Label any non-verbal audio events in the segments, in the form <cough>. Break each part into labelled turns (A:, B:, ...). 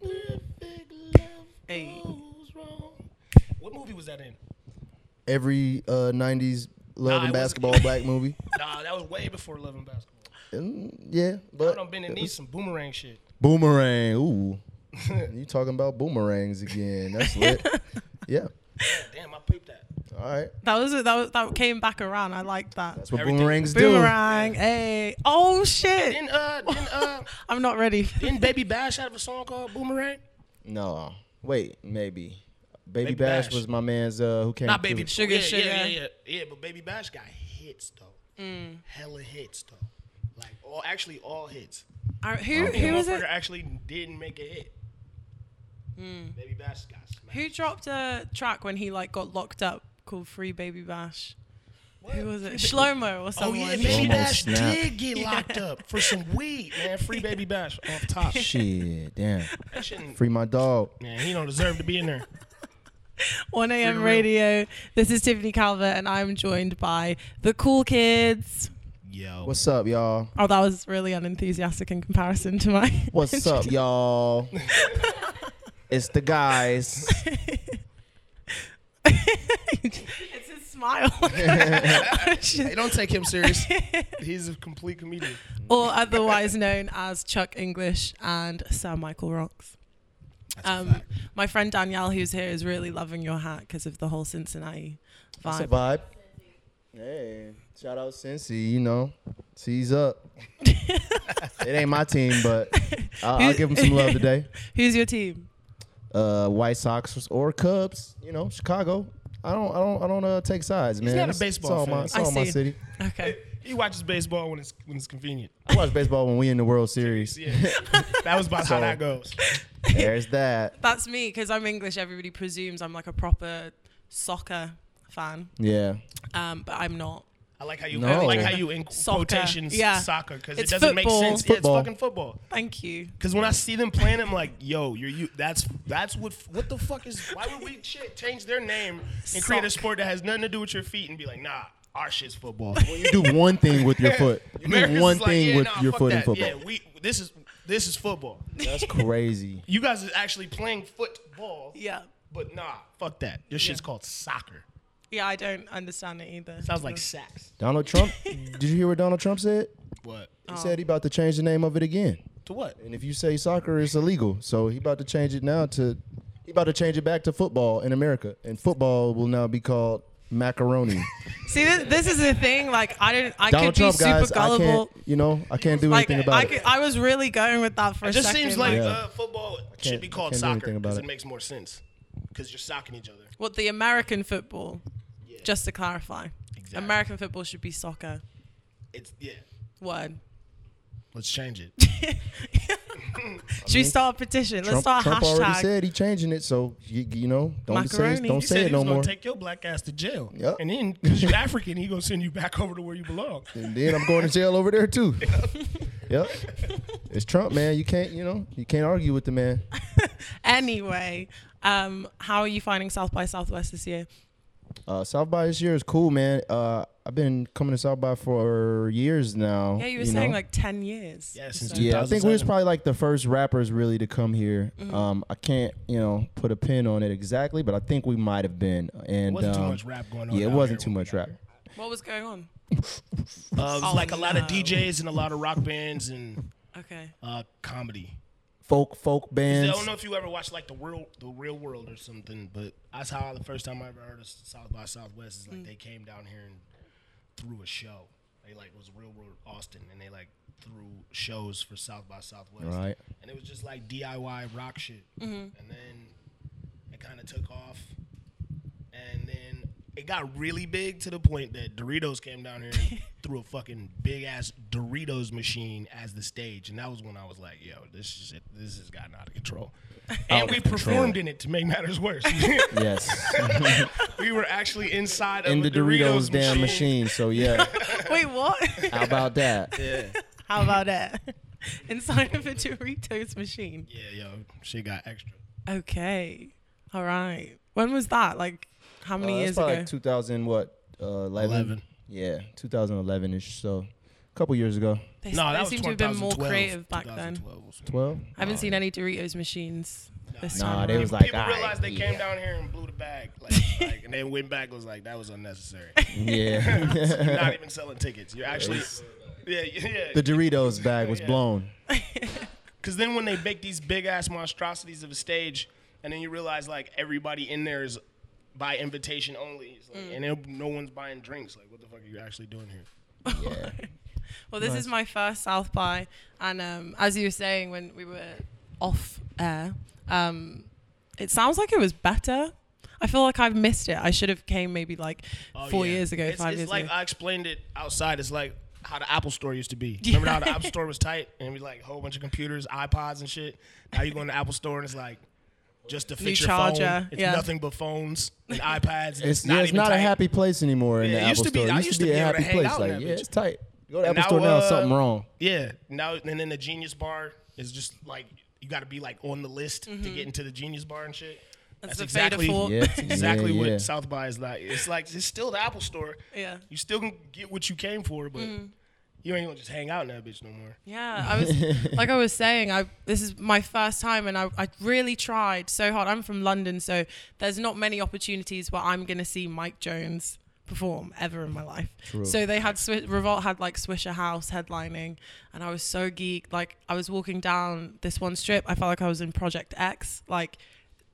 A: Perfect love
B: Hey.
A: goes wrong. What movie was that in?
C: Every uh, '90s love
A: Nah, it
C: and
A: was-
C: basketball
A: <laughs>
C: black movie.
A: Nah, that was way before Love and Basketball.
C: Mm, yeah,
A: I
C: but
A: done been in these some boomerang shit.
C: <laughs>
A: <laughs>
C: boomerang. Ooh, you talking about boomerangs again? That's
A: <laughs>
C: lit. yeah.
A: Damn, I pooped that.
C: All right.
B: That was that was that came back around. I like that.
C: That's what
A: Everything-
C: boomerangs
B: Boomerang. Hey. Oh shit.
A: Then uh, then uh,
B: I'm not ready. <laughs>
A: then Baby Bash out of a song called Boomerang.
C: do. No. Wait. Maybe. Baby,
A: Baby
C: Bash,
A: Bash.
C: was my man's uh, who came.
A: Not Baby
C: through.
B: Sugar,
A: yeah,
B: Sugar. Mm.
A: Yeah, yeah, yeah, yeah. But Baby Bash got hits though. Hella hits though. Like all, actually all hits.
B: I- Who
A: The
B: who was it?
A: motherfucker Actually didn't make a hit.
B: Mm.
A: Baby Bash got smacked.
B: Who dropped a track when he like got locked up called Free Baby Bash? Who was it? Shlomo or
A: Oh
B: someone.
A: yeah, Baby
B: <laughs>
C: Shlomo
A: Bash
C: Snap.
A: did get locked up for some weed, man. Free Baby Bash off top.
C: Shit. Damn.
A: That shouldn't-
C: Free my dog.
A: Man, he don't deserve to be in there.
B: 1 a.m.
A: real.
B: radio. This is Tiffany Calvert, and I'm joined by the cool kids.
A: Yo.
C: What's up, y'all?
B: Oh, that was really unenthusiastic in comparison to my. <laughs>
C: What's
A: <laughs>
C: up, y'all? it's the guys.
B: it's his smile. <laughs>
A: Hey, don't take him serious. He's a complete comedian.
B: or otherwise known as Chuck English and Sir Michael Rocks. Um, my friend Danielle, who's here, is really loving your hat because of the whole Cincinnati
C: It's a
B: vibe.
C: vibe. Hey, shout out Cincy. You know,
A: <laughs>
C: C's up. it ain't my team, but I'll, I'll give them some
A: <laughs>
C: love today.
B: Who's your team?
C: Uh, White Sox or Cubs. You know, Chicago. I don't, I don't, I don't uh, take sides, man.
A: not a
C: It's-
A: baseball
C: it's all My,
A: fan.
C: it's
B: I
C: all my
B: see.
C: city.
B: Okay.
A: He watches baseball when it's when it's convenient.
C: I watch baseball when we in the
A: <laughs>
C: World Series.
A: Yeah. that was about how that goes.
C: There's that.
B: That's me because I'm English. Everybody presumes I'm like a proper soccer fan,
C: Yeah.
B: um, but I'm not.
A: I like how you I
C: No.
A: like how you in
B: Soccer.
A: quotations
B: Yeah.
A: soccer because it
B: It's
A: doesn't
B: football.
A: make sense.
B: It's
A: Yeah, it's
C: football.
A: fucking football.
B: Thank you.
A: Because when I see them playing, I'm like, yo, you're you. That's that's what what the fuck is? Why would we shit change their name and create a
B: Sock.
A: sport that has nothing to do with your feet and be like, nah, our shit's football. <laughs>
C: You do one thing with your foot. You
A: Americans
C: do one
A: is like,
C: thing
A: yeah,
C: with
A: nah,
C: your
A: fuck
C: foot in
A: that.
C: football.
A: Yeah, we this is this is football.
C: That's crazy.
A: You guys are actually playing football,
B: Yeah.
A: but nah, fuck that. Your shit's called soccer.
B: Yeah, I don't understand it either.
A: Sounds like sax.
C: Donald
A: <laughs>
C: Trump. did you hear what Donald Trump said?
A: What?
C: He said he about to change the name of it again.
A: To what?
C: And if you say soccer, it's illegal. So he about to change it now to he about to change it back to football in America, and football will now be called
B: <laughs>
C: macaroni.
B: See, this, this is the thing. Like, I don't. I
C: Donald
B: could
C: Trump,
B: be super
C: guys, I
B: gullible.
C: can't. You know, I can't do
B: Like,
C: anything about
B: I,
C: it.
B: could, I was really going with that for
A: It
B: a
A: just
B: second.
A: seems like
C: Yeah.
A: uh, football should be
C: I
A: called
C: can't do
A: soccer
C: anything about
A: because
C: it.
A: it makes more sense. Because you're socking each other.
B: What the American football? Just to clarify,
A: Exactly.
B: American football should be soccer.
A: It's yeah. <laughs>
B: Word.
A: Let's change it.
B: Should we start a petition? Let's
C: Trump,
B: start a
C: Trump
B: hashtag.
C: already said he changing it, so you, you know, don't say
B: Macaroni.
C: don't
A: He
C: say
A: said
C: it
A: he
C: no
A: was
C: more.
A: gonna take your black ass to jail.
C: Yep.
A: And then because you're African, he gonna send you back over to where you belong.
C: and then I'm going to jail over
B: <laughs>
C: there too. <laughs> yep, it's Trump, man. You can't, you know, you can't argue with the man.
B: Anyway, um, how are you finding South by Southwest this year?
C: Uh, South by this year is cool, man. Uh, I've been coming to South by for years now.
B: Yeah, you were saying
C: know?
B: like ten years.
A: Yeah, since
B: So-
A: you-
C: Yeah, I think we was
A: 2007.
C: probably like the first rappers really to come here.
B: Mm-hmm.
C: Um, I can't, you know, put a pin on it exactly, but I think we might have been. And
A: Wasn't too
C: um,
A: much rap going on
C: Yeah, it
A: down
C: wasn't
A: here
C: too
A: when we
C: much
A: got
C: rap.
A: here.
B: What was going on?
A: Uh, it was
B: Oh,
A: like a lot of
B: no.
A: DJs and a lot of rock bands and
B: Okay. <laughs>
A: uh, comedy.
C: Folk, folk
A: I
C: bands.
A: don't know if you "Oh, ever watched like the real the real world or something, but that's how the first time I ever heard of South by Southwest is like they came down here and threw a show. They like was real world Austin and they like threw shows for South by Southwest.
C: Right.
A: And it was just like DIY rock shit. And then it kind of took off. And then it got really big to the point that Doritos came down here
C: <laughs>
A: and threw a fucking big ass Doritos machine as the stage. And that was when I was like, yo, this shit, this has gotten out of control.
C: <laughs>
A: And we performed in it to make matters worse. <laughs>
C: Yes, <laughs>
A: we were actually inside
C: in
A: of
C: the
A: a
C: Doritos, damn machine.
A: <laughs>
C: So yeah,
B: Wait, what? <laughs>
C: how about that?
B: how about that? <laughs> Inside of a Doritos machine.
A: Yeah, yo, shit got extra.
B: Okay. All right. When was that? Like, how
C: Uh,
B: many
C: it's
B: years
C: probably
B: ago?
C: like 2000 what? Uh, 11?
A: Eleven.
C: Yeah, 2011 ish. So couple years ago.
B: They,
A: No,
B: they
A: that was
B: seem to have been more
A: 2012,
B: creative back then.
A: 2012 was-
C: Twelve.
B: I haven't seen any Doritos machines this time.
C: Nah, they
B: around.
C: was like,
A: People
C: "All right,
A: realized they
C: yeah."
A: came down here and blew the bag, like, like, and then went back. Was like that was
C: <laughs>
A: unnecessary. <laughs> You're
C: Yeah.
A: not even selling tickets. You're actually, yeah, yeah.
C: <laughs> the Doritos bag was blown.
A: Because then when they make these big ass monstrosities of a stage, and then you realize like everybody in there is by invitation only, it's like,
B: Mm.
A: and it- no one's buying drinks. Like, what the fuck are you actually doing here?
C: Yeah.
B: Well, this is my first South by, and um, as you were saying when we were off air, um, it sounds like it was better. I feel like I've missed it. I should have came maybe like
A: Four
B: Oh,
C: Oh,
B: four years ago,
A: it's,
B: five
A: it's
B: years
A: like
B: ago.
A: I explained it outside. It's like how the Apple Store used to
B: <laughs>
A: be. Remember how the Apple Store was tight and we like a whole bunch of computers, iPods and shit. Now you go in the Apple Store and it's like just to fix your phone.
B: charger,
A: It's
B: yeah.
A: nothing but phones and iPads. It's,
C: It's
A: not
C: not, it's
A: even
C: not a
A: tight.
C: happy place anymore in
A: Yeah,
C: the
A: it used
C: Apple
A: to be-
C: Store.
A: I
C: it
A: used
C: used
A: to
C: to be
A: be
C: a
A: able to
C: happy
A: hang
C: place.
A: out in
C: Like,
A: that
C: yeah,
A: bitch.
C: it's tight. Go to
A: And
C: Apple Store
A: now,
C: now.
A: uh,
C: something wrong.
A: Yeah. Now and then the Genius Bar is just like you got to be like on the list to get into the Genius Bar and shit.
B: Mm-hmm. That's the Fade of Four.
C: Yeah.
A: that's <laughs> exactly
C: yeah,
A: what
C: yeah.
A: South by is like. It's like it's still the Apple Store.
B: Yeah. Mm-hmm.
A: You still can get what you came for, but you ain't gonna just hang out in that bitch no more.
B: Yeah, I
C: <laughs>
B: was like I was saying, I this is my first time, and I, I really tried so hard. I'm from London, so there's not many opportunities where I'm gonna see Mike Jones perform ever in my life. So they had Swi- Revolt had like Swisher House headlining, and I was so geeked. Like I was walking down this one strip, I felt like I was in Project X. Like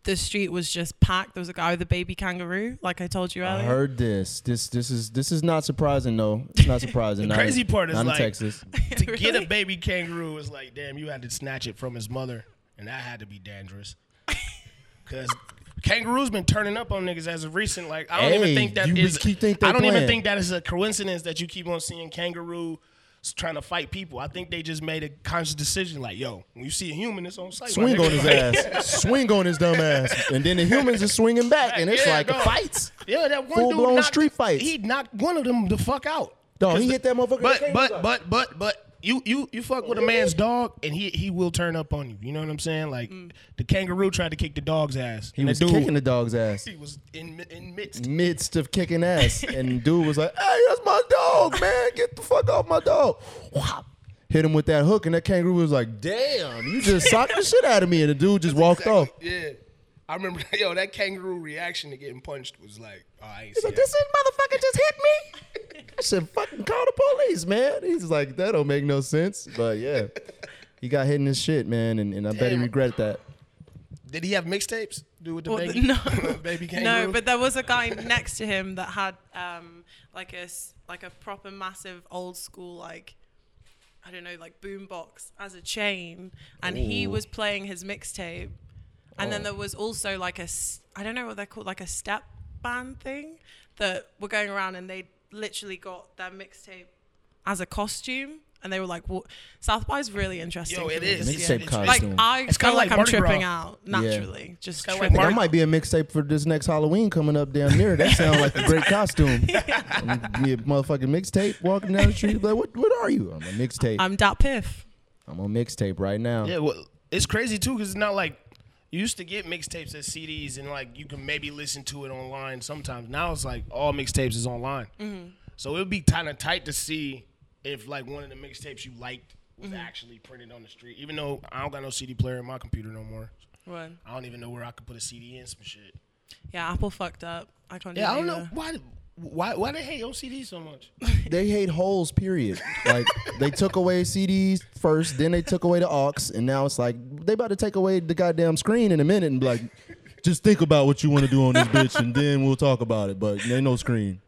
B: the street was just packed. There was a guy with a baby kangaroo, like I told you
C: I
B: earlier.
C: heard this. This this is this is not surprising though. It's not
A: <laughs>
C: surprising.
A: The
C: Not in-
A: crazy part is
C: not in
A: like- <laughs>
C: Texas.
A: to get a
B: Really?
A: baby kangaroo is like, damn, you had to snatch it from his mother, and that had to be dangerous. Because kangaroos been turning up on niggas as of recent. Like, I don't even
C: Hey,
A: think that
C: you
A: is.
C: keep think they're
A: I don't even
C: playing.
A: think that is a coincidence that you keep on seeing kangaroo trying to fight people. I think they just made a conscious decision. Like, yo, when you see a human, it's on sight. my
C: Swing
A: nigga.
C: on his
A: Like,
C: ass. Swing on his dumb ass. And then the humans are swinging back, and it's
A: Yeah,
C: like
A: dog.
C: fights.
A: <laughs> Yeah, that one
C: Full
A: dude
C: blown
A: knocked-
C: street fights.
A: He knocked one of them the fuck out.
C: Dog,
A: 'Cause
C: he
A: the-
C: hit that motherfucker
A: But
C: with
A: but
C: the cane,
A: but but but you you you fuck with a man's dog and he he will turn up on you. You know what I'm saying? Like the kangaroo tried to kick the dog's ass.
C: He
A: and
C: was
A: the dude,
C: kicking the Mm. dog's ass.
A: He was in mi- in midst.
C: Midst of kicking ass, and dude was like, "Hey, that's my dog, man! Get the fuck off my dog!" Whop. Hit him with that hook, and that kangaroo was like, "Damn, you just socked the shit out of me!" And the dude just walked off.
A: Yeah. I remember, <laughs> yo, that kangaroo reaction to getting punched was like, oh, I ain't
C: He's like, this motherfucker just hit me. I should fucking call the police, man. He's like, that don't make no sense. But yeah, he got hit in his shit, man, and, and I bet he
A: Damn.
C: regret that.
A: Did he have mixtapes? Do with the
B: Well,
A: baby,
B: no.
A: <laughs> baby kangaroo?
B: No, but there was
A: <laughs>
B: a guy next to him that had um, like a s- like a proper massive old school like I don't know like boombox as a chain, and he was playing his mixtape. And
A: Oh.
B: then there was also like a s- I don't know what they're called like a step band thing that were going around, and they literally got their mixtape as a costume, and they were like, "What?" South by's really interesting.
A: yo,
B: for
A: it
B: me
A: is.
B: this year.
C: Mixtape
A: It's-
C: costume.
B: Like
C: Costume.
B: I
A: It's
B: feel
A: kinda
B: like,
A: like
B: I'm
A: Mardi Gras.
B: tripping out naturally, just
A: kinda like
B: tripping.
C: That
A: Mardi-
C: might be a mixtape for this next Halloween coming up damn near. That sounds like a great
B: <laughs>
C: costume. Be a motherfucking mixtape walking down the street. Like, what, what are you? I'm a mixtape.
B: I'm Dat Piff.
C: I'm on mixtape right now.
A: Yeah, well, it's crazy too because it's not like you used to get mixtapes as CDs and like you can maybe listen to it online sometimes. Now it's like all mixtapes is online, so it'd be kind of tight to see if like one of the mixtapes you liked was actually printed on the street. Even though I don't got no CD player in my computer no more,
B: One.
A: I don't even know where I could put a CD in some shit.
B: Yeah, Apple fucked up. I can't. do
A: Yeah, I
B: it
A: don't know
B: either.
A: why. Why, why they hate OCD so <laughs> much?
C: They hate holes, period. Like they took away CDs first, then they took away the aux, and now it's like they about to take away the goddamn screen in a minute and be like, just think about what you want to do on this bitch, and then we'll talk about it. But ain't no screen.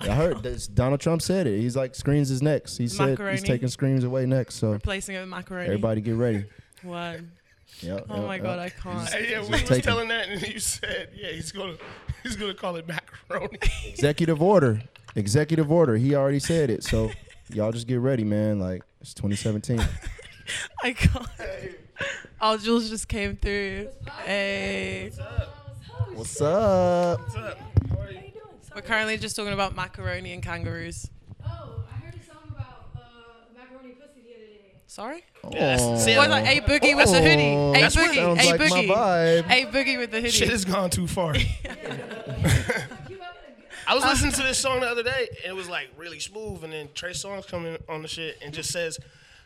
C: I heard this, Donald Trump said it. He's like, screens is next. He said
B: Macaroni.
C: he's taking screens away next. So
B: Replacing it with macaroni.
C: everybody get ready. <laughs>
B: One.
C: Yep,
B: Oh
C: yep,
B: my
C: yep.
B: god, I can't.
A: yeah, we
C: Just
A: was
C: take it.
A: telling that, and you said, yeah, he's gonna <laughs> he's gonna call it <laughs> macaroni.
C: Executive order. Executive order. He already said it. So <laughs> y'all just get ready, man. Like it's 2017.
B: <laughs> I can't. Oh, Jules just came through. Hey.
C: <laughs> What's up?
A: What's up?
D: How you doing?
B: We're
D: Sorry.
B: currently just talking about macaroni and kangaroos.
D: Oh, I heard a song about uh, macaroni pussy the other day.
B: Sorry.
A: that's- see,
B: Boy, like a boogie with the hoodie.
C: Oh,
B: A
C: that's
A: what-
B: boogie.
C: Sounds
B: A
C: like my
B: boogie.
C: vibe.
B: A boogie with the
A: Shit
B: hoodie.
A: has gone too far.
D: Fuck you, I got a,
A: <laughs> I was listening to this song the other day, and it was like really smooth, and then Trey Songz coming on the shit and just says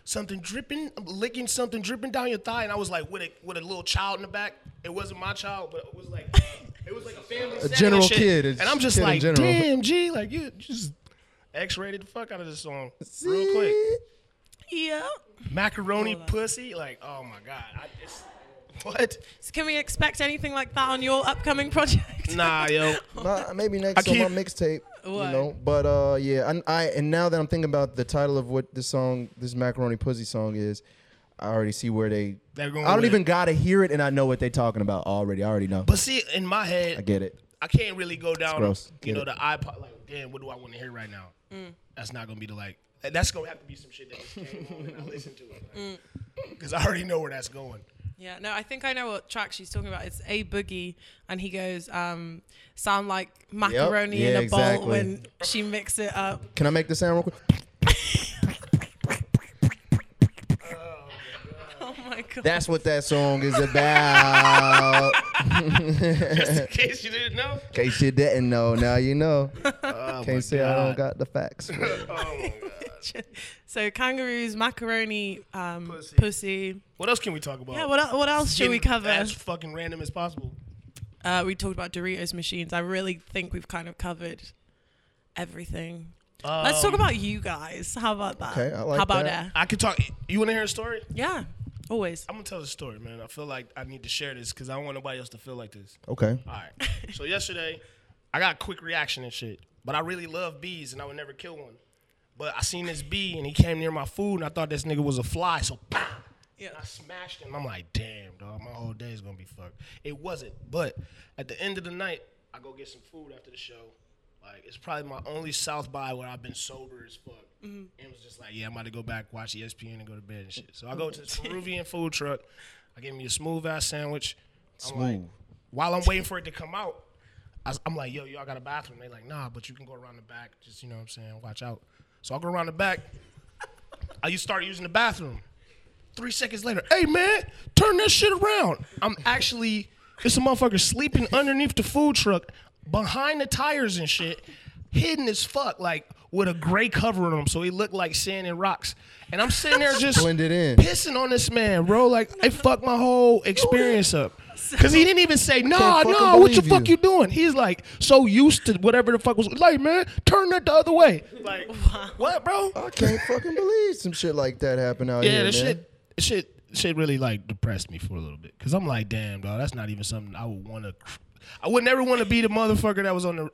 A: something dripping, licking something dripping down your thigh, and I was like with a with a little child in the back. It wasn't my child, but it was like uh, it was like a family, setting and
C: general
A: shit.
C: kid, a
A: and I'm just
C: kid in
A: like,
C: general.
A: damn, G, like you just X-rated the fuck out of this song real quick.
B: yeah.
A: Macaroni pussy, like oh my god, I, it's, <laughs> what?
B: So can we expect anything like that on your upcoming project?
A: Nah, yo,
C: Nah, maybe
A: I
C: next
A: keep-
C: on my mixtape. You
B: What?
C: know, but uh, yeah, and I and now that I'm thinking about the title of what this song, this macaroni pussy song is, I already see where they.
A: They're going
C: I don't
A: with
C: even
A: it.
C: gotta hear it, and I know what they're talking about already. I already know.
A: but see, in my head,
C: I get it.
A: I can't really go down,
C: gross.
A: you
C: Get
A: know,
C: it.
A: the iPod. Like, damn, what do I want to hear right now?
B: Mm.
A: That's not gonna be the like. that- That's gonna have to be some shit that just came on and I listen to it.
B: Mm.
A: Because I already know where that's going.
B: Yeah, no, I think I know what track she's talking about. It's a boogie, and he goes, um, "Sound like macaroni
C: Yeah,
B: in a
C: exactly.
B: bowl when she mix it up." <laughs>
C: Can I make the sound real quick?
B: Oh my god!
C: That's what that song is about.
A: Just in case you didn't know.
C: <laughs> In case you didn't know, now you know.
A: <laughs> Oh my
C: Can't say I
A: God.
C: don't got the facts.
A: Oh my God.
B: so kangaroos, macaroni, um,
A: Pussy.
B: pussy.
A: What else can we talk about?
B: Yeah, what el- what else should we
A: Getting
B: cover?
A: As fucking random as possible.
B: Uh, we talked about Doritos machines. I really think we've kind of covered everything. Let's talk
A: Um,
B: about you guys. How about that?
C: Okay, I like
B: How about
C: that.
B: that?
A: I could talk. You want to hear a story?
B: Yeah, always.
A: I'm gonna tell the story, man. I feel like I need to share this because I don't want nobody else to feel like this.
C: Okay.
A: All right. So yesterday, I got a quick reaction and shit. But I really love bees, and I would never kill one. But I seen this bee, and he came near my food, and I thought this nigga was a fly. So, <laughs> pow!
B: Yeah.
A: I smashed him. I'm like, damn, dog, my whole day is gonna be fucked. It wasn't, but at the end of the night, I go get some food after the show. Like, it's probably my only South by where I've been sober as fuck. And it was just like, yeah, I'm about to go back, watch E ESPN, and go to bed and shit. So I go to this Peruvian food truck. I give me a smooth ass sandwich. I'm like,
C: Smooth.
A: while I'm waiting for it to come out, I, am like, yo, y'all got a bathroom? They like, nah, but you can go around the back. Just, you know what I'm saying? Watch out. So I go around the back. I you start using the bathroom. Three seconds later, hey man, turn that shit around. I'm actually, it's a motherfucker sleeping underneath the food truck, behind the tires and shit, hidden as fuck, like with a gray cover on him, so he looked like sand and rocks. And I'm sitting there just
C: Blended in.
A: pissing on this man, bro. Like it fucked my whole experience up.
C: <laughs>
A: Cause he didn't even say, nah,
C: fucking
A: nah, what the
C: believe
A: fuck
C: you."
A: you doing? He's like so used to whatever the fuck was like, man, turn that the other way. Like what, bro?
C: I can't fucking believe some shit like that happened out
A: Yeah,
C: here,
A: this
C: man.
A: shit, this shit, shit really like depressed me for a little bit because I'm like, damn, dog, that's not even something I would want to. I would never want to be the motherfucker that was on the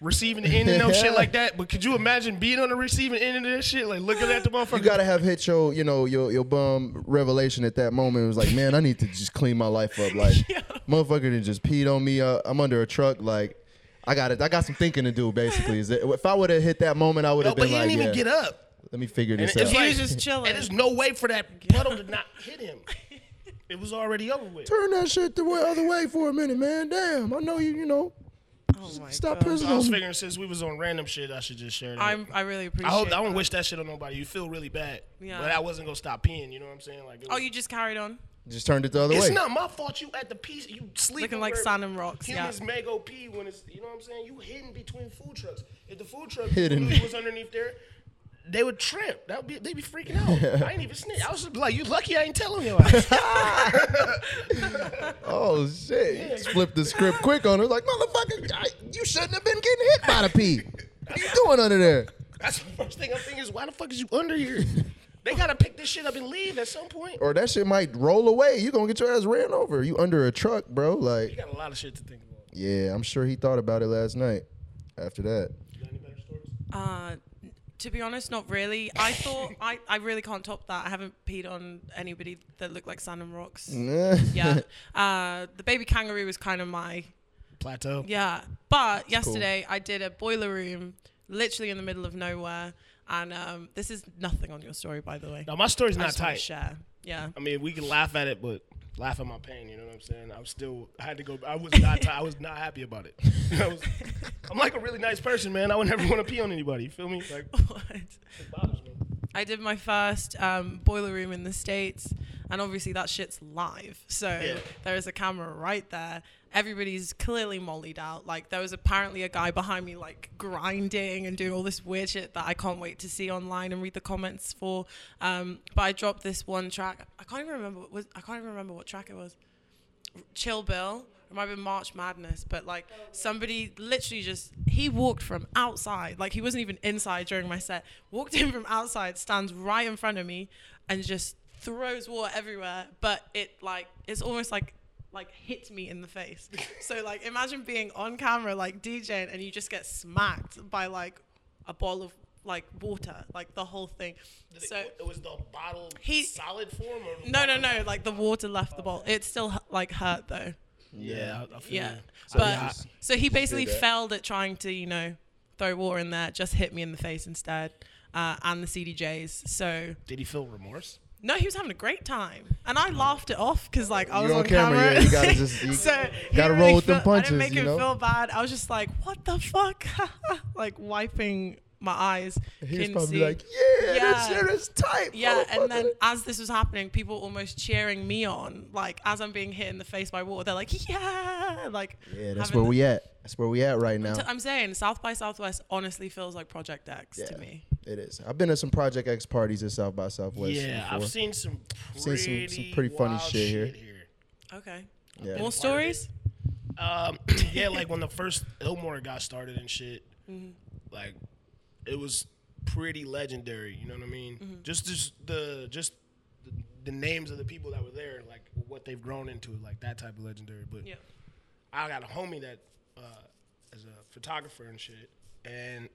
A: receiving the end of
C: <laughs>
A: no shit like that. But could you imagine being on the receiving end of this shit, like looking at the motherfucker?
C: You gotta have hit your, you know, your your bum revelation at that moment. It was like, man, I need to just clean my life up.
A: <laughs>
C: Like, motherfucker, done just peed on me. Uh, I'm under a truck. Like, I got it. I got some thinking to do. Basically, is that, if I would have hit that moment, I would
A: no,
C: have
A: but
C: been
A: he
C: like,
A: didn't even
C: yeah,
A: get up.
C: let me figure
A: And
C: this
A: it's
C: out.
A: like,
B: He was just chilling.
A: And there's no way for that puddle to not hit him. It was already over with.
C: Turn that shit the way, other way for a minute, man. Damn, I know you. You know,
B: Oh my
C: stop
B: god.
C: pissing
A: I was
C: on me.
A: figuring since we was on random shit, I should just share that.
B: I'm, I really appreciate.
A: I hope I
B: that.
A: don't wish that shit on nobody. You feel really bad,
B: Yeah.
A: but I wasn't gonna stop peeing. You know what I'm saying? Like, it
B: Oh,
A: was-
B: you just carried on
C: Just turned it the other
A: It's
C: way.
A: not my fault you at the piece you sleeping
B: looking like
A: where
B: sand and rocks. Yeah.
A: Humans may go pee when it's you know what I'm saying. You hidden between food trucks. If the food truck
C: Hidden.
A: really was underneath there, they would trip. That would be they be freaking out.
C: <laughs>
A: I ain't even snitch. I was just like, you lucky I ain't telling you.
C: Oh shit! You just flipped the script quick on her. Like, motherfucker, I, you shouldn't have been getting hit by the pee. What are you doing under there?
A: That's the first thing I'm thinking is why the fuck is you under here? They gotta pick this shit up and leave at some point.
C: or that shit might roll away. You gonna get your ass ran over. You under a truck, bro.
A: You
C: Like,
A: got a lot of shit to think about.
C: yeah, I'm sure he thought about it last night. After that,
A: You got any better stories?
B: Uh, to be honest, not really. I thought I, I really can't top that. I haven't peed on anybody that looked like sand and rocks. <laughs>
C: Mm. <laughs>
B: Yeah. Uh, the baby kangaroo was kind of my
A: Plateau.
B: yeah. But yesterday I did a boiler room, literally in the middle of nowhere. And um, this is nothing on your story, by the way.
A: Now my story's
B: I
A: not
B: just wanna
A: tight.
B: Share. Yeah. <laughs>
A: I mean, we can laugh at it, but laugh at my pain. You know what I'm saying? I'm still. I had to go. I was not. I was not happy about it. <laughs> I was, I'm like a really nice person, man. I would never want to pee on anybody. You feel me? Like,
B: What?
A: it bothers me.
B: I did my first um, boiler room in the States, And obviously that shit's live. So
A: Yeah.
B: there is a camera right there. Everybody's clearly mollied out. Like there was apparently a guy behind me like grinding and doing all this weird shit that I can't wait to see online and read the comments for. Um, but I dropped this one track. I can't even remember what was I can't even remember what track it was. Chill Bill. It might have been March Madness, but like somebody literally just he walked from outside, like he wasn't even inside during my set. Walked in from outside, stands right in front of me, and just throws water everywhere. But it like it's almost like like hits me in
A: <laughs>
B: the face. so like imagine being on camera like DJing and you just get smacked by like a ball of like water, like the whole thing.
A: Did
B: So
A: it, it was the bottle
B: He-
A: solid form. Or the
B: no, no,
A: bottle-
B: no, like the water left the bowl. It still like hurt though.
A: Yeah, I, I feel
B: Yeah.
A: you.
B: but
A: I-
B: so he basically
C: did that.
B: failed at trying to, you know, throw water in there, just hit me in the face instead. Uh, and the CDJs. So
A: did he feel remorse?
B: no, he was having a great time, and I laughed it off because like I
C: You're
B: was
C: Oh. on
B: on
C: camera,
B: camera.
C: yeah, you
B: <laughs>
C: gotta just- you
B: so he
C: gotta roll
B: really
C: with them
B: felt- I
C: punches,
B: didn't make
C: you
B: him
C: know?
B: feel bad. I was just like, what the fuck? <laughs> like wiping my eyes.
C: He was
B: couldn't
C: probably
B: see.
C: like, yeah, that
B: Yeah.
C: shit is tight.
B: Yeah, and then
C: motherfucker."
B: as this was happening, people were almost cheering me on. Like as I'm being hit in the face by water, they're like, "Yeah!" Like
C: yeah, that's
B: having
C: where
B: the-
C: we at. That's where we at right now.
B: i I'm saying South by Southwest honestly feels like Project X
C: Yeah.
B: to me.
C: It is. I've been at some Project X parties at South by Southwest.
A: yeah,
C: before.
A: I've seen some
C: seen some-
A: pretty,
C: some pretty funny
A: wild
C: shit here.
B: Okay.
C: Yeah.
B: More stories?
A: Um, <clears throat> yeah, like when the first Illmore got started and shit, like it was pretty legendary. You know what I mean? Just, just the just the, the names of the people that were there, like what they've grown into, like that type of legendary. But
B: Yeah.
A: I got a homie that uh, is a photographer and shit, and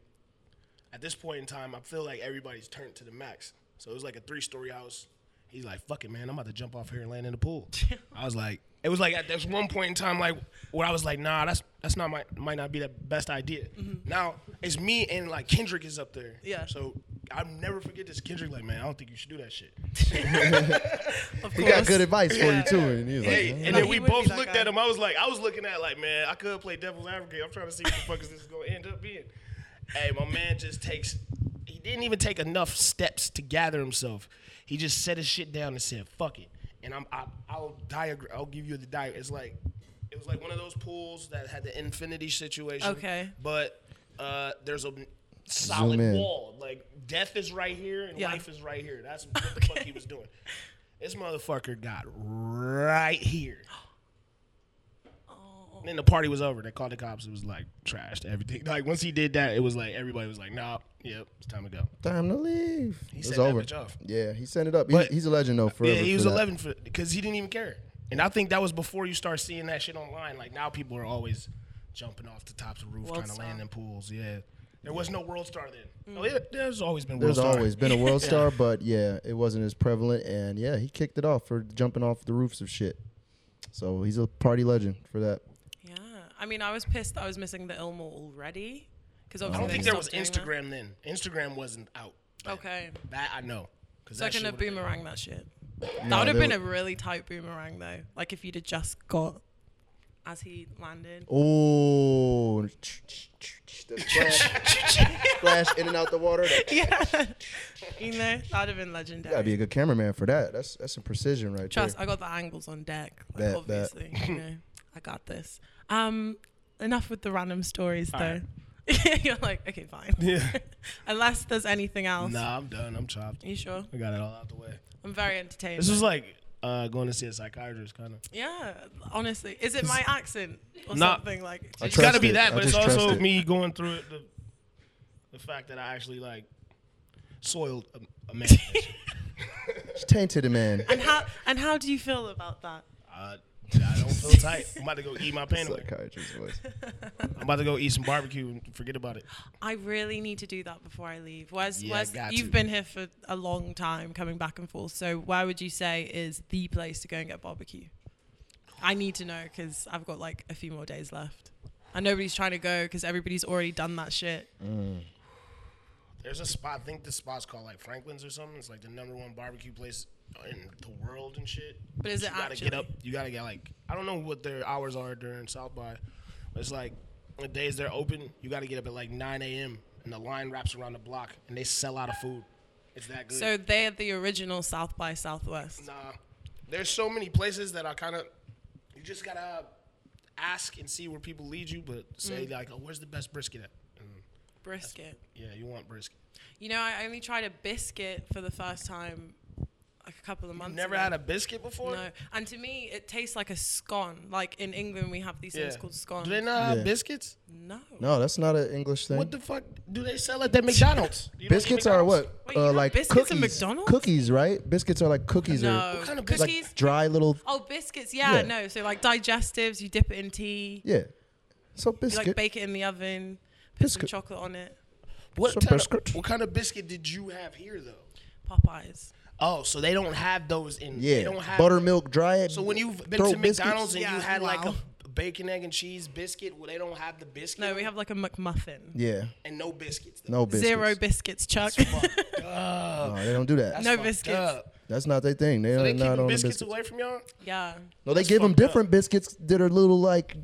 A: at this point in time, I feel like everybody's turned to the max. So it was like a three-story house. He's like, "Fuck it, man! I'm about to jump off here and land in the pool." I was like, "It was like at this one point in time, like where I was like, nah, that's that's not my might not be the best idea." Now it's me and like Kendrick is up there.
B: Yeah.
A: So I'll never forget this. Kendrick like, man, I don't think you should do that shit.
B: Of
C: He
B: course.
C: got good advice for you too, and he was like,
A: Hey,
C: "Huh?"
A: and
B: Like,
A: then
B: he
A: we
B: would be
A: both
B: that
A: looked
B: guy.
A: at him. I was like, I was looking at it like, man, I could play devil's advocate. I'm trying to see what the fuck is this is gonna end up being. Hey, my man just takes. He didn't even take enough steps to gather himself. He just set his shit down and said, "Fuck it." And I'm, I, I'll diagram. I'll give you the diagram. It's like, it was like one of those pools that had the infinity situation.
B: Okay.
A: But uh, there's a solid
C: in.
A: wall. Like death is right here and
B: Yeah.
A: life is right here. That's what the fuck he was doing. This motherfucker got right here. And Then the party was over. They called the cops. It was like trashed everything. Like once he did that, it was like everybody was like, "Nah, yep, it's time to go."
C: time to leave. it's
A: set that
C: over.
A: bitch off.
C: Yeah, he sent it up.
A: But-
C: he, he's a legend though. Forever
A: yeah, he
C: for
A: was
C: that.
A: 11 for because he didn't even care. And I think that was before you start seeing that shit online. Like now, people are always jumping off the tops of roofs,
B: World
A: trying to
B: Star. Mm.
A: land in pools. Yeah, there was no world star then. Oh, yeah, there's always been world
C: There's
A: star.
C: always
A: <laughs>
C: been a world star, but yeah, it wasn't as prevalent. And yeah, he kicked it off for jumping off the roofs of shit. So he's a party legend for that.
B: Yeah. I mean, I was pissed that I was missing the Ilmore already. Because
A: I
B: obviously
A: don't think
B: they
A: there was
B: stopped doing
A: Instagram then. Instagram wasn't out.
B: that. Okay.
A: That I know. Cause
B: So I
A: that
B: couldn't
A: shit
B: have
A: would've-
B: boomerang that shit.
C: No,
B: that would have
C: they
B: been a
C: would-
B: really tight boomerang though. Like if you'd have just got as he landed.
A: <laughs>
C: Oh, the splash, splash in and out the water.
B: <laughs> yeah. you know, that would have been legendary.
C: Gotta be a good cameraman for that. That's that's some precision right
B: Trust,
C: there.
B: I got the angles on deck. Like,
C: Bet, bet.
B: obviously,
A: <laughs>
B: you know, I got this. Um, enough with the random stories, though. <laughs> You're like, okay, fine. <laughs>
A: <laughs> Yeah.
B: Unless there's anything else.
A: Nah, I'm done. I'm chopped.
B: You sure?
A: I got it all out the way.
B: I'm very entertained.
A: This was like uh, going to see a psychiatrist, kind of.
B: yeah, honestly, is it my accent or
A: Nah.
B: something like?
C: I
A: It's
C: trust
A: got to be
C: it.
A: that,
C: I
A: but it's
C: just trust
A: also
C: it.
A: me going through it, the, the fact that I actually like soiled a,
C: <laughs>
A: a man.
C: It's tainted,
A: <laughs>
C: man.
B: and how and how do you feel about that?
A: uh, I don't feel tight. I'm about to go eat my pain away.
C: Psychiatrist's voice.
A: I'm about to go eat some barbecue and forget about it.
B: I really need to do that before I leave. Where's
A: Yeah,
B: where's
A: got
B: you've
A: to.
B: been here for a long time, coming back and forth. So where would you say is the place to go and get barbecue? I need to know because I've got like a few more days left, and nobody's trying to go because everybody's already done that shit.
A: There's a spot. I think the spot's called like Franklin's or something. It's like the number one barbecue place in the world and shit.
B: But is
A: you
B: it
A: gotta
B: actually-
A: get up? You gotta get like I don't know what their hours are during South by. But it's like the days they're open. You gotta get up at like 9 a.m. and the line wraps around the block and they sell out of food. It's that good.
B: So they're the original South by Southwest.
A: nah, there's so many places that I kind of you just gotta ask and see where people lead you, but
B: Mm.
A: say like, oh, where's the best brisket at? And
B: Brisket.
A: yeah, you want brisket.
B: You know, I only tried a biscuit for the first time like a couple of months
A: Never
B: ago.
A: had a biscuit before.
B: No, and to me, it tastes like a scone. Like in England, we have these
A: Yeah.
B: things called scones.
A: Do they not have
C: Yeah.
A: biscuits?
B: No.
C: No, that's not an English thing.
A: What the fuck do they sell at that McDonald's? You don't eat
C: biscuits are
A: McDonald's?
C: what?
B: Wait, you
C: uh,
B: have
C: like
B: biscuits
C: cookies.
B: at McDonald's?
C: Cookies, right? Biscuits are like cookies
B: No.
A: What kind of
C: or like
B: Cookies?
C: dry little.
B: Oh, biscuits. Yeah,
C: Yeah.
B: no. So like digestives, you dip it in tea.
C: Yeah. So
B: You
C: biscuit.
B: like bake it in the oven. Put some
C: Biscuit.
B: chocolate on it.
A: What
C: Some
A: kind, of,
C: biscuit.
A: what kind of biscuit did you have here though?
B: Popeyes.
A: Oh, so they don't have those in.
C: yeah.
A: They don't have
C: Buttermilk dry it.
A: So when you've been
C: throw
A: to
C: biscuits.
A: McDonald's and you
B: Yeah,
A: had like
B: wow.
A: a bacon, egg, and cheese biscuit, well, they don't have the biscuit.
B: No, we have like a McMuffin.
C: Yeah.
A: and no biscuits. though.
C: No biscuits.
B: Zero biscuits, Chuck.
C: No, they don't do that.
A: That's
B: <laughs> No
A: fucked
B: biscuits.
A: up.
C: That's not their thing. They
A: So
C: don't.
A: they
C: not
A: keeping
C: on the
A: biscuits,
C: biscuits.
A: away from y'all.
B: yeah.
C: No, they
A: That's
C: give them
A: fucked up.
C: different biscuits that are little like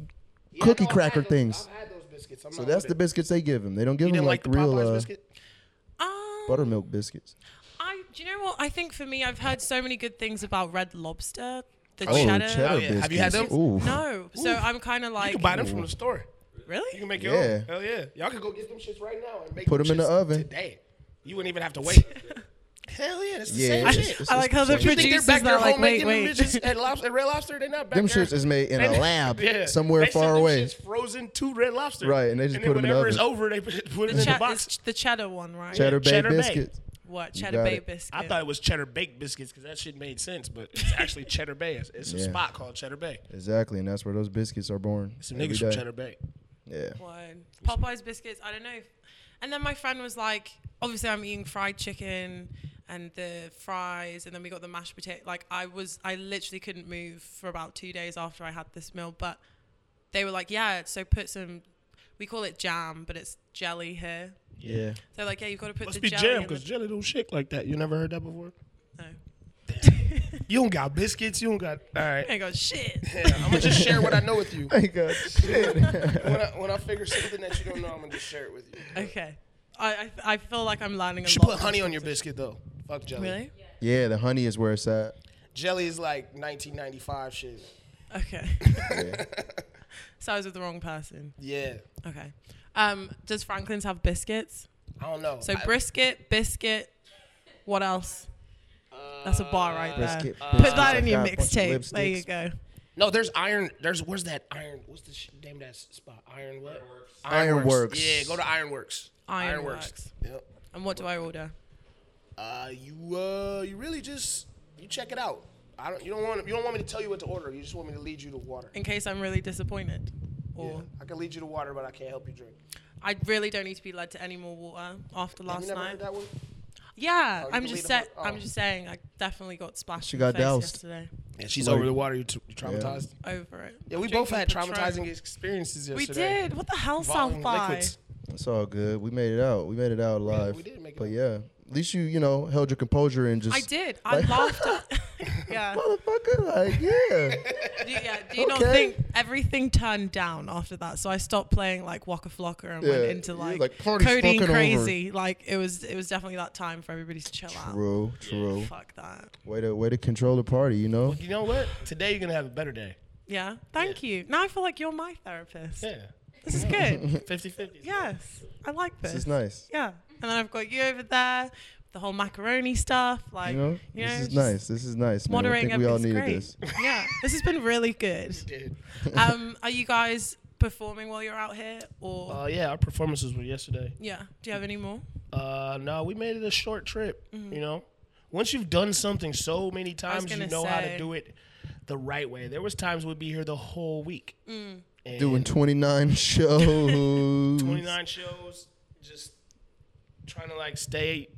A: Yeah,
C: cookie
A: no, I've
C: cracker
A: had those-
C: things.
A: I've had those biscuits. I'm
C: So
A: not
C: that's
A: a
C: the
A: bit-
C: biscuits they give them. They don't give
A: You
C: them
A: didn't like
C: like
A: the
C: real
A: Popeyes
C: uh,
A: biscuit?
B: Um,
C: buttermilk biscuits.
B: I, do you know what? I think for me, I've heard so many good things about Red Lobster, the
C: Oh,
B: cheddar.
A: Oh,
C: cheddar
A: yeah.
C: biscuits.
A: Have you had them?
C: Ooh.
B: No. So I'm kind of
A: You
B: like,
A: can buy them from the store. You
B: really?
A: can make your
C: Yeah.
A: own. Hell yeah. Y'all can go get them shits right now and make
C: Put 'em in the
A: shits
C: oven.
A: today. You wouldn't even have to
B: <laughs>
A: wait. Hell yeah, that's the
C: Yeah,
A: same
C: it's-
A: shit.
C: it's-
B: I like how the
C: You
A: You think
B: producers
A: they're
B: are
A: back there
B: like,
A: home
B: wait,
A: making them
B: wait.
A: bitches
B: <laughs>
A: at, lobster, at Red Lobster? They're not back
C: Them
A: there.
C: shits is made in
A: They-
C: a
A: <laughs>
C: lab
A: yeah.
C: somewhere
A: They
C: far
A: send them
C: away.
A: shits frozen to Red Lobster.
C: Right, and they just
A: then
C: put 'em in the
A: whenever it's
C: oven.
A: over, they put put it
B: The,
A: in the
B: che-
A: box.
B: it's the cheddar one, right?
C: Cheddar Bay
A: Cheddar Bay.
C: biscuits.
B: What? Cheddar
C: got
B: Bay
C: it.
B: biscuit.
A: I thought it was cheddar baked biscuits because that shit made sense, but
B: <laughs>
A: it's actually Cheddar Bay. It's, it's a
C: Yeah.
A: spot called Cheddar Bay.
C: Exactly, and that's where those biscuits are born.
A: Some
C: every
A: niggas from
C: day.
A: Cheddar Bay.
C: Yeah.
B: Word. Popeyes biscuits. I don't know. if- And then my friend was like, obviously I'm eating fried chicken and the fries, and then we got the mashed potato. Like I was, I literally couldn't move for about two days after I had this meal. But they were like, yeah. So put some. We call it jam, but it's jelly here.
C: <laughs> Yeah.
B: So like, yeah, you've got to put
A: Must
B: the
A: be
B: jelly.
A: jam
B: in the-
A: because jelly don't shake like that. You never heard that before?
B: no.
A: You don't got biscuits. You don't got. All <laughs> right.
B: I go shit.
A: I'm gonna just share what I know with
C: <laughs>
A: you.
C: Thank God.
A: When I, when I figure something that you don't know, I'm gonna just share it with you. You
B: okay. I, I I feel like I'm learning a
A: should
B: lot.
A: put honey on your biscuit though. Fuck jelly.
B: Really?
C: <laughs> yeah, the honey is where it's at.
A: Jelly is like 1995 shit.
B: Okay.
A: <laughs>
B: <laughs> so I was with the wrong person.
A: Yeah.
B: Okay. Um, does Franklin's have biscuits?
A: I don't know.
B: So
A: I-
B: brisket, biscuit. What else? That's a bar right there.
C: Brisket,
B: Put
C: biscuits,
B: that in
C: I've
B: your
C: got a bunch of
B: mixtape. There you
C: lipsticks.
B: go.
A: no, there's iron. There's where's that iron? What's the sh- name of that spot? Iron what?
C: Ironworks.
A: Yeah, go to Ironworks.
B: Ironworks.
A: Yep.
B: And what do I order?
A: Uh, you uh, you really just you check it out. I don't. You don't want. You don't want me to tell you what to order. You just want me to lead you to water.
B: In case I'm really disappointed. Or
A: Yeah. I can lead you to water, but I can't help you drink.
B: I really don't need to be led to any more water after
A: you
B: last
A: never
B: night.
A: heard that one?
B: Yeah,
A: you
B: I'm
A: can lead
B: just sa-
A: 'em up.
B: I'm
A: Oh.
B: just saying I definitely got splashed.
C: She
B: in the
C: got
B: face
C: doused.
B: yesterday.
A: Yeah, she's
C: Like-
A: over the water. You t- you traumatized.
B: Over it.
A: Yeah, we both
B: Drinking
A: had traumatizing
B: Patron.
A: experiences
B: We
A: yesterday.
B: did. What the hell,
A: Involving
B: South by?
A: liquids.
C: It's all good. We made it out. We made it out alive.
A: we did make it
C: but
A: out.
C: yeah, at least you, you know, held your composure and just.
B: I did. I
C: Like-
B: laughed.
C: <laughs>
B: At- <laughs> yeah.
C: Motherfucker, like yeah.
B: Do, you- yeah, do you not
C: Okay.
B: think everything turned down after that? So I stopped playing like Waka Flocka and went
C: Yeah,
B: into
C: you
B: like,
C: like, "Party's
B: coding
C: fucking over."
B: crazy. Like it was it was definitely that time for everybody to chill
C: true,
B: out.
C: true.
B: Fuck that.
C: Way to way to control the party, you know.
A: You know what? Today you're gonna have a better day.
B: Yeah. Thank you. Now I feel like you're my therapist.
A: Yeah.
B: This is
C: <laughs>
B: good.
A: 50-50.
B: yes. I like this.
C: This is nice.
B: Yeah. And then I've got you over there, with the whole macaroni stuff. Like
C: You know, this is
B: just
C: nice. This is nice. Man. I
B: Moderating
C: think
B: up
C: we all
B: is
C: needed
B: great.
C: this.
B: yeah. This has
A: <laughs>
B: been really
C: <laughs>
B: good.
A: Did.
B: Um, are you guys performing while you're out here or
A: Uh, yeah, our performances were yesterday.
B: yeah. Do you have any more?
A: Uh, no, we made it a short trip. You know, once you've done something so many times, you
B: Mm-hmm. gonna
A: know how to
B: say.
A: do it the right way. There was times we'd be here the whole week,
B: Mm.
A: and
C: Doing 29 <laughs> shows.
A: 29 shows, just trying to like stay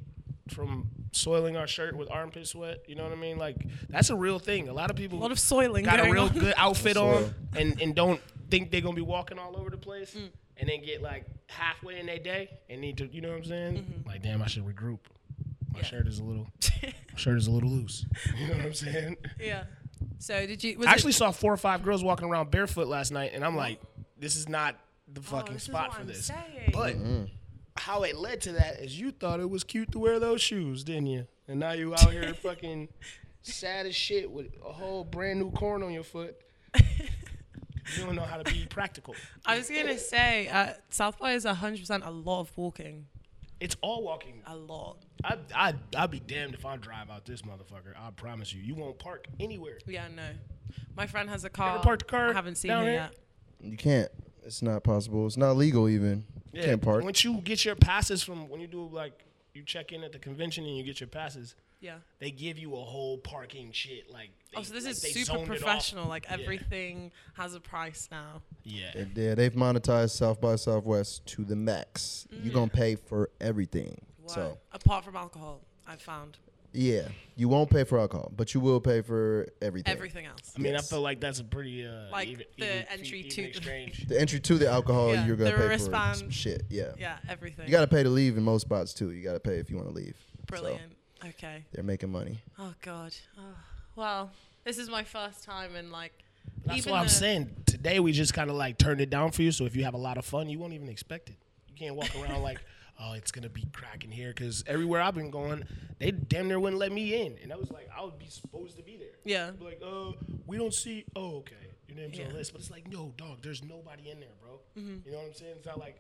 A: from soiling our shirt with armpit sweat. You know what I mean? Like that's a real thing. A lot of people
B: A lot of soiling
A: got a
B: going
A: real
B: on.
A: good outfit
C: That's
A: on and, and don't think they're gonna be walking all over the place
B: Mm.
A: and then get like halfway in their day and need to you know what I'm saying?
B: Mm-hmm.
A: Like damn I should regroup. My shirt is a
B: <laughs>
A: little my shirt is a little loose. <laughs> You know what I'm saying?
B: <laughs> Yeah. So did you was
A: I actually
B: it,
A: saw four or five girls walking around barefoot last night and I'm like, this is not the fucking
B: Oh, this is
A: spot
B: what
A: for
B: I'm
A: this.
B: saying.
A: But
C: Mm-hmm.
A: how it
C: <laughs>
A: led to that is you thought it was cute to wear those shoes, didn't you? And now you out here fucking sad as shit with a whole brand new corn on your foot. you don't know how to
C: <laughs>
A: be practical.
B: I was gonna say uh, South by is hundred percent a lot of walking,
A: It's all walking.
B: a lot.
A: I I I'd be damned if I drive out this motherfucker. I promise you, you won't park anywhere.
B: Yeah, no. My friend has a car.
A: park the car
B: I haven't seen
A: down
B: her
A: here?
B: yet.
C: You can't. It's not possible. It's not legal even. You can't park.
A: Once you get your passes from when you do like you check in at the convention and you get your passes,
B: Yeah.
A: they give you a whole parking shit like. They,
B: Oh, so this
A: like,
B: is
A: they
B: super
A: zoned it off.
B: professional. Like everything has a price now.
A: Yeah.
C: Yeah, Yeah, they've monetized South by Southwest to the max. You're
B: Mm.
C: gonna pay for everything.
B: Wow.
C: So
B: apart from alcohol, I found
C: yeah, you won't pay for alcohol, but you will pay for everything.
B: everything else.
A: I mean, I
C: Yes.
A: feel like that's a pretty uh,
B: Like
A: even,
B: the
A: even- e-,
B: entry
A: even
B: to the- <laughs>
A: exchange.
C: The entry to the alcohol,
B: Yeah,
C: you're gonna
B: the
C: pay
B: wristband.
C: for some shit. Yeah.
B: Yeah, everything.
C: You gotta pay to leave in most spots too. You gotta pay if you want to leave. So,
B: Brilliant. Okay.
C: they're making money.
B: Oh God. Oh, well, this is my first time in like.
A: That's
B: even
A: what I'm
B: the-
A: saying. Today we just kind of like turned it down for you. So if you have a lot of fun, you won't even expect it. You can't walk
B: <laughs>
A: around like, oh, it's gonna be cracking here, because everywhere I've been going, they damn near wouldn't let me in, and I was like, I would be supposed to be there.
B: Yeah.
A: Be like, uh, we don't see. Oh, okay. Your name's on
B: Yeah. Mm-hmm.
A: the list, but it's like, no, dog. There's nobody in there, bro. You know what I'm saying? It's not like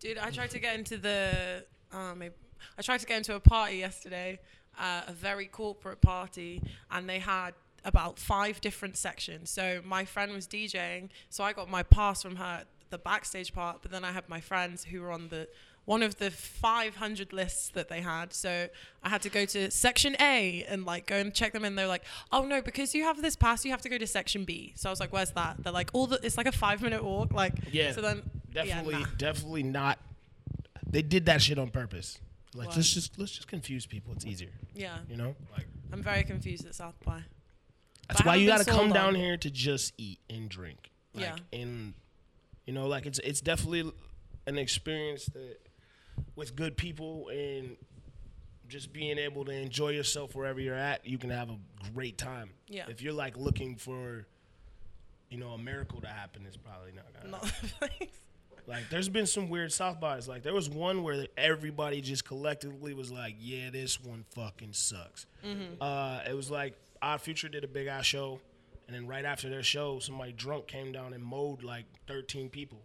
B: Dude, I tried to get into the. Um, maybe, I tried to get into a party yesterday, uh, a very corporate party, and they had about five different sections. So my friend was DJing, so I got my pass from her, at the backstage part, but then I had my friends who were on the one of the 500 lists that they had. So I had to go to section A and like go and check them in. They're like, oh no, because you have this pass, you have to go to section B. So I was like, where's that? They're like, all the, it's like a five minute walk. Like,
A: Yeah.
B: So then, yeah,
A: definitely,
B: nah.
A: definitely not. They did that shit on purpose. Like,
B: Why?
A: let's just let's just confuse people. It's easier.
B: Yeah.
A: You know, like
B: I'm very confused at South by.
A: That's
B: I
A: why
B: haven't
A: you
B: been
A: gotta
B: so
A: come down
B: long.
A: here to just eat and drink. Like,
B: Yeah.
A: And you know, like it's it's definitely an experience that with good people and just being able to enjoy yourself wherever you're at, you can have a great time.
B: Yeah.
A: If you're like looking for, you know, a miracle to happen, it's probably not gonna.
B: Not <laughs>
A: happen.
B: the place.
A: Like, there's been some weird South bys. Like, there was one where everybody just collectively was like, "Yeah, this one fucking sucks." Uh, it was like Odd Future did a big ass show, and then right after their show, somebody drunk came down and mowed like 13 people,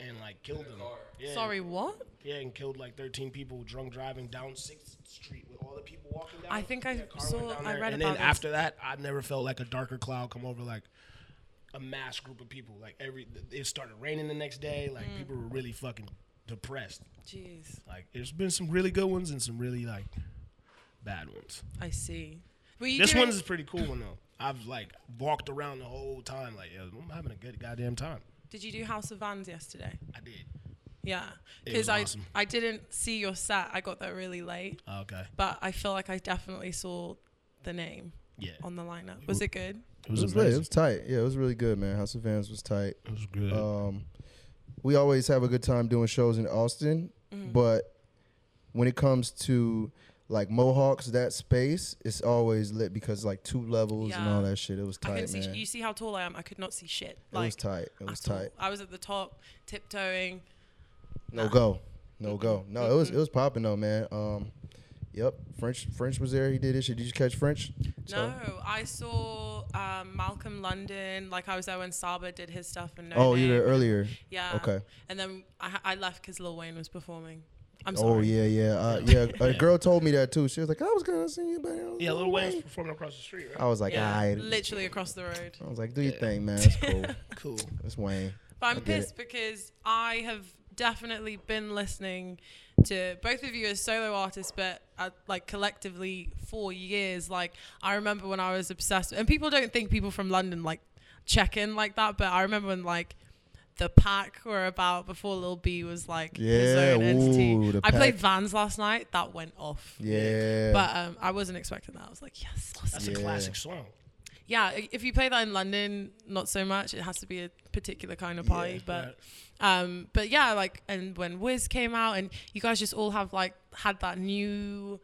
A: and like killed them. Yeah,
B: Sorry, what?
A: Yeah, and killed like 13 people drunk driving down Sixth Street with all the people walking down.
B: I think I
A: Their car
B: saw-
A: went down
B: I
A: there.
B: read
A: And
B: about
A: then
B: this.
A: after that, I've never felt like a darker cloud come over like a mass group of people. Like every, it started raining the next day.
B: Mm.
A: Like people were really fucking depressed.
B: Jeez,
A: Like there's been some really good ones and some really like bad ones.
B: I see. Were you
A: This
B: doing-
A: one's pretty cool one though. I've like walked around the whole time like yo, I'm having a good goddamn time.
B: Did you do House of Vans yesterday?
A: I did.
B: Yeah,
A: It was
B: because I
A: awesome.
B: I didn't see your set. I got there really late,
A: Okay.
B: but I feel like I definitely saw the name
A: Yeah.
B: on the lineup. Was it good?
A: It
C: It was lit. It was tight. Yeah, it was really good, man. House of Vans was tight.
A: It was good.
C: Um, we always have a good time doing shows in Austin,
B: Mm-hmm.
C: but when it comes to like Mohawks, that space, it's always lit because like two levels and
B: Yeah.
C: all that shit. It was
B: I
C: tight,
B: couldn't
C: man.
B: see. You see how tall I am? I could not see shit.
C: it was
B: Like
C: tight. It was
B: at all.
C: tight.
B: I was at the top, tiptoeing.
C: No go. No go. No, it was it was popping though, man. Um, yep. French French was there. He did his shit. Did you catch French? So-
B: No, I saw um, Malcolm London. Like I was there when Saba did his stuff and no.
C: Oh, you
B: Name.
C: were there earlier.
B: Yeah.
C: Okay.
B: And then I, ha- I left because Lil Wayne was performing. I'm sorry.
C: Oh yeah, yeah,
B: <laughs>
C: uh, yeah. A girl told me that too. She was like, "I was gonna see you, but it was
A: yeah, Lil
C: no
A: Wayne's
C: way."
A: performing across the street, right?
C: I was like,
B: Yeah,
C: "All right."
B: literally across the road.
C: I was like, "Do your thing, man.
B: <laughs>
C: It's cool.
A: Cool.
C: It's Wayne."
B: But I'm
C: get
B: pissed because I have definitely been listening to both of you as solo artists, but uh, like collectively for years. Like I remember when I was obsessed, and people don't think people from London like check in like that, but I remember when like. The pack were about before Lil B was like his
C: Yeah,
B: own entity.
C: ooh, The
B: I played
C: Pac.
B: Vans last night. That went off.
C: Yeah.
B: But um, I wasn't expecting that. I was like, yes, awesome.
A: That's a
C: Yeah.
A: classic song.
B: yeah, i- if you play that in London, not so much. It has to be a particular kind of party, but um, but yeah, like and when Wiz came out, and you guys just all have like had that new,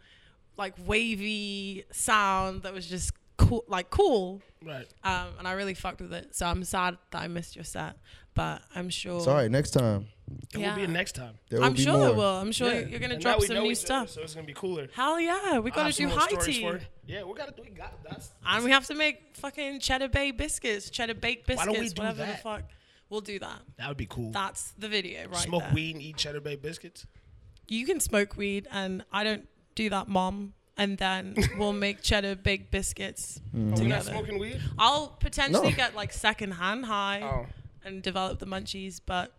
B: like wavy sound that was just cool, like cool.
A: Right.
B: Um, and I really fucked with it. So I'm sad that I missed your set, but I'm sure.
C: It's all right. Next time
A: It will be a next time.
C: there will
B: I'm
C: be
B: sure
C: more.
B: there will. I'm sure
A: Yeah.
B: Oh, you're gonna
A: And now
B: drop
A: we
B: some
A: know
B: new
A: each other,
B: stuff.
A: so it's gonna be cooler.
B: Hell yeah, we
A: I
B: gotta
A: have some
B: do
A: more
B: high
A: stories
B: tea,
A: for it. Yeah, we gotta do. We got that's.
B: and we have to make fucking cheddar baked biscuits, cheddar baked biscuits,
A: don't we do
B: whatever the
A: that?
B: fuck. We'll do that.
A: That would be cool.
B: That's the video, right?
A: Smoke
B: there.
A: weed and eat cheddar bay biscuits.
B: You can smoke weed, and I don't do that, mom. And
A: <laughs>
B: then we'll make cheddar baked biscuits
A: Are we not
B: together.
A: smoking weed?
B: I'll potentially
C: No.
B: get like secondhand high
A: Oh.
B: and develop the munchies, but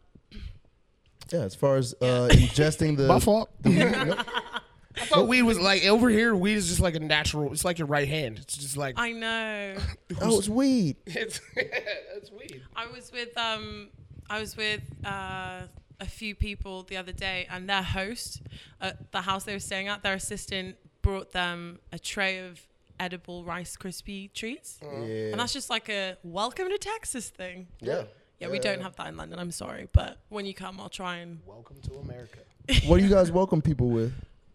C: Yeah, as far as uh, ingesting the
A: fault.
C: No,
A: I thought weed was like over here. Weed is just like a natural. It's like your right hand. It's just like
B: I know.
C: oh, it's weed.
A: <laughs> it's <laughs> that's weed.
B: I was with um, I was with uh, a few people the other day, and their host at the house they were staying at, their assistant brought them a tray of edible Rice crispy treats,
A: Oh.
B: and
C: Yeah,
B: that's just like a welcome to Texas thing.
C: yeah.
B: Yeah, we don't have that in London. I'm sorry, but when you come, I'll try and
A: Welcome to America.
C: What do you guys welcome people with?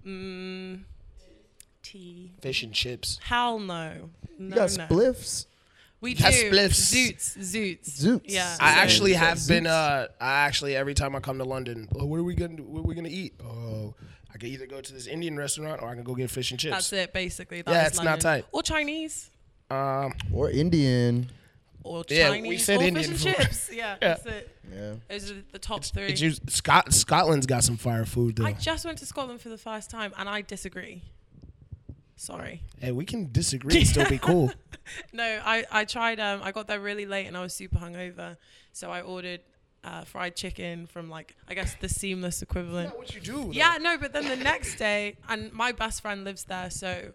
B: mm, tea.
A: Fish and chips.
B: Hell no. No,
C: You got
B: no.
C: spliffs.
B: We do.
A: Got spliffs.
B: Zoots, zoots,
C: Zoots.
B: Yeah.
A: I
B: so-
A: actually have been. Uh, I actually every time I come to London, oh, what are we gonna do? What are we gonna eat? Oh, I can either go to this Indian restaurant or I can go get fish and chips.
B: That's it, basically. That
A: Yeah,
B: was
A: it's not
B: London.
A: tight.
B: Or Chinese,
A: Um,
C: or Indian.
B: or
A: Yeah, we
B: Chinese,
A: said
B: or
A: Indian
B: fish
A: food.
B: and
A: <laughs>
B: chips. Yeah, that's it.
C: Yeah.
B: Those are the top three.
A: it's us- Scot- Scotland's got some fire food though.
B: I just went to Scotland for the first time, and I disagree. Sorry. <laughs>
A: hey, we can disagree and still be cool.
B: No, I, I tried. Um, I got there really late, and I was super hungover, so I ordered uh, fried chicken from like I guess the seamless equivalent.
A: Not what you do. though.
B: Yeah, no, but then the next day, and my best friend lives there, so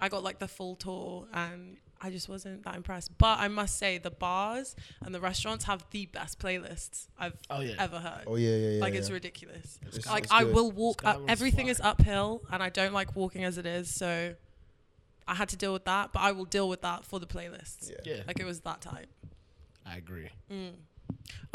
B: I got like the full tour, and I just wasn't that impressed. But I must say, the bars and the restaurants have the best playlists I've
A: Oh, yeah.
B: ever heard.
C: Oh yeah, yeah, yeah.
B: like it's
C: yeah.
B: ridiculous.
C: It's-
B: like
C: it's
B: I
C: good.
B: will walk up.
A: Skyland's
B: Everything
A: fly.
B: is uphill, and I don't like walking as it is, so I had to deal with that. But I will deal with that for the playlists.
C: Yeah.
A: Yeah,
B: Like uh, it was that type.
A: I agree.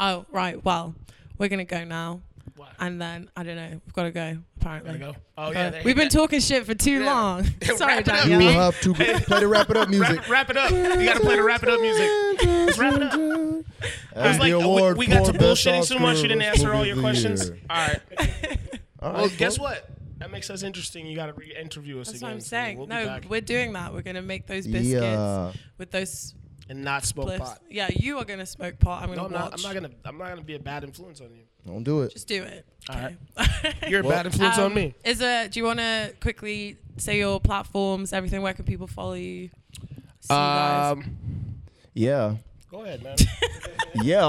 B: Oh right, well we're gonna go now,
A: Why?
B: and then I don't know. We've got to go apparently.
A: Gotta go. Oh yeah, there you
B: uh, We've been
A: go.
B: talking shit for too
A: Yeah.
B: long. <laughs>
A: <laughs>
B: Sorry,
A: Wrap it up,
C: You
B: Danielle.
A: <laughs>
C: have to play the wrap it up music.
A: Wrap, wrap it up. You gotta play the wrap it up music.
C: <laughs>
A: Let's wrap it up.
C: As
A: It's like, uh,
C: the
A: we-
C: award
A: we, got
C: for
A: to
C: best
A: bullshitting so much, you didn't
C: Oscar
A: answer all
C: movie
A: your
C: of the
A: questions.
C: year.
A: All right.
B: <laughs>
C: All
A: Well,
C: right,
A: guess
C: folks.
A: what? That makes us interesting. You got to re-interview us
B: That's
A: again.
B: what I'm
A: so
B: saying.
A: We'll be
B: no,
A: back.
B: we're doing that. We're gonna make those biscuits
C: Yeah.
B: with those
A: and not smoke
B: bliffs.
A: pot.
B: Yeah, you are gonna smoke pot. I'm gonna
A: No, I'm
B: watch.
A: not. I'm not gonna. I'm not gonna be a bad influence on you.
C: Don't do it.
B: Just do it.
A: All right.
B: Okay. <laughs>
A: You're a
C: Well-
A: bad influence on
B: Um,
A: me.
B: Is a, do you want to quickly say your platforms, everything? Where can people follow you? See you guys.
A: Um,
C: Yeah.
A: go ahead,
B: <laughs>
A: man.
C: Yeah.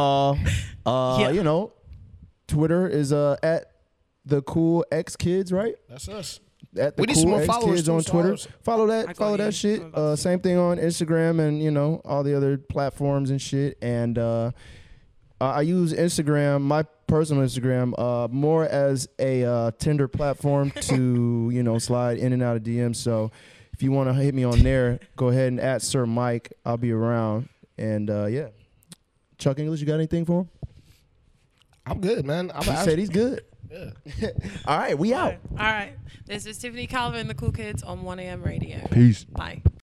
C: Uh,
B: Yeah.
C: You know, Twitter is uh, at the cool X kids, right?
A: That's us.
C: At the
A: We need
C: cool
A: some more
C: X
A: followers,
C: kids
A: too,
C: on Twitter.
A: followers.
C: Follow
B: I got
C: that. Follow
B: you.
C: that shit.
B: I'm about
C: Uh,
B: to-
C: same thing on Instagram and you know all the other platforms and shit. And uh, I I use Instagram, my personal Instagram, uh, more as a uh,
B: <laughs>
C: Tinder platform to you know slide in and out of DMs. So if you want to hit me on there, go ahead and at Sir Mike. I'll be around. And uh, yeah, Chuck English, you got anything for him?
A: I'm good, man. I'm
C: He said he's good.
A: yeah.
C: <laughs> All right, we
B: All
C: out.
B: right. This is Tiffany Calvin, the Cool Kids on 1am Radio.
C: Peace.
B: Bye.